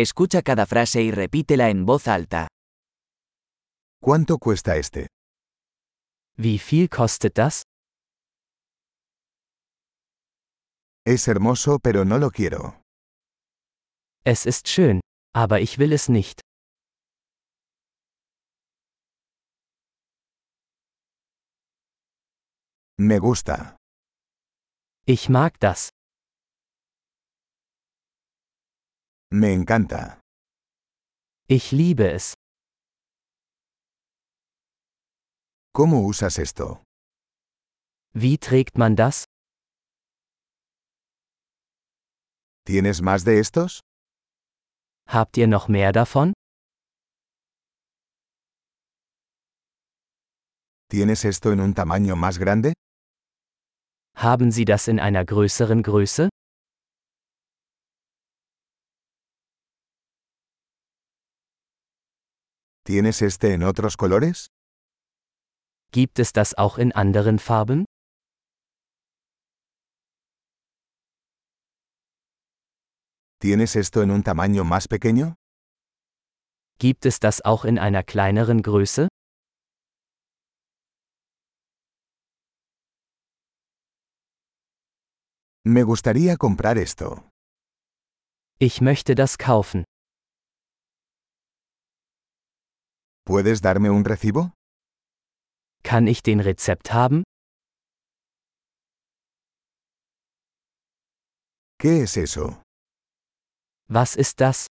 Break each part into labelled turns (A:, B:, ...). A: Escucha cada frase y repítela en voz alta.
B: ¿Cuánto cuesta este?
A: Wie viel kostet das?
B: Es hermoso pero no lo quiero.
A: Es ist schön, aber ich will es nicht.
B: Me gusta.
A: Ich mag das.
B: Me encanta.
A: Ich liebe es.
B: ¿Cómo usas esto?
A: Wie trägt man das?
B: ¿Tienes más de estos?
A: Habt ihr noch mehr davon?
B: ¿Tienes esto en un tamaño más grande?
A: Haben Sie das in einer größeren Größe?
B: ¿Tienes este en otros colores?
A: Gibt es das auch in anderen Farben?
B: ¿Tienes esto en un tamaño más pequeño?
A: Gibt es das auch in einer kleineren Größe?
B: Me gustaría comprar esto.
A: Ich möchte das kaufen.
B: ¿Puedes darme un recibo?
A: Kann ich den Rezept haben?
B: ¿Qué es eso?
A: Was ist das?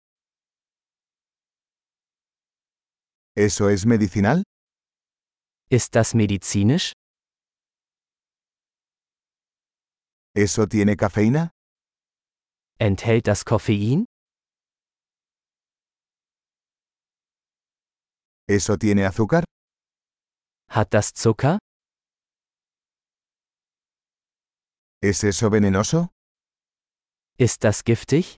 B: ¿Eso es medicinal?
A: Ist das medizinisch?
B: ¿Eso tiene cafeína?
A: Enthält das Koffein?
B: ¿Eso tiene azúcar?
A: Hat das Zucker?
B: ¿Es eso venenoso?
A: Ist das giftig?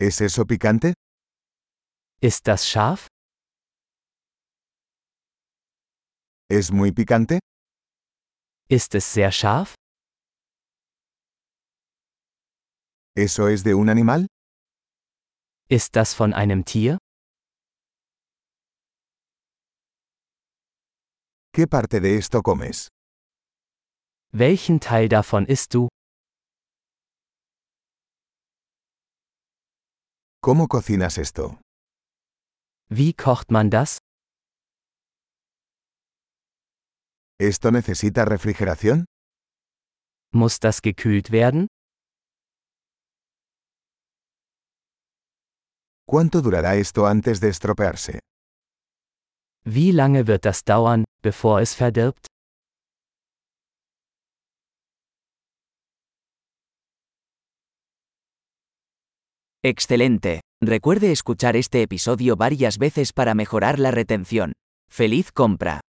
B: ¿Es eso picante?
A: Ist das scharf?
B: ¿Es muy picante?
A: Ist es sehr scharf?
B: ¿Eso es de un animal?
A: Ist das von einem Tier?
B: ¿Qué parte de esto comes?
A: Welchen Teil davon isst du?
B: ¿Cómo cocinas esto?
A: Wie kocht man das?
B: ¿Esto necesita refrigeración?
A: Muss das gekühlt werden?
B: ¿Cuánto durará esto antes de estropearse?
A: Wie lange wird das dauern, bevor es verdirbt?
C: Excelente. Recuerde escuchar este episodio varias veces para mejorar la retención. ¡Feliz compra!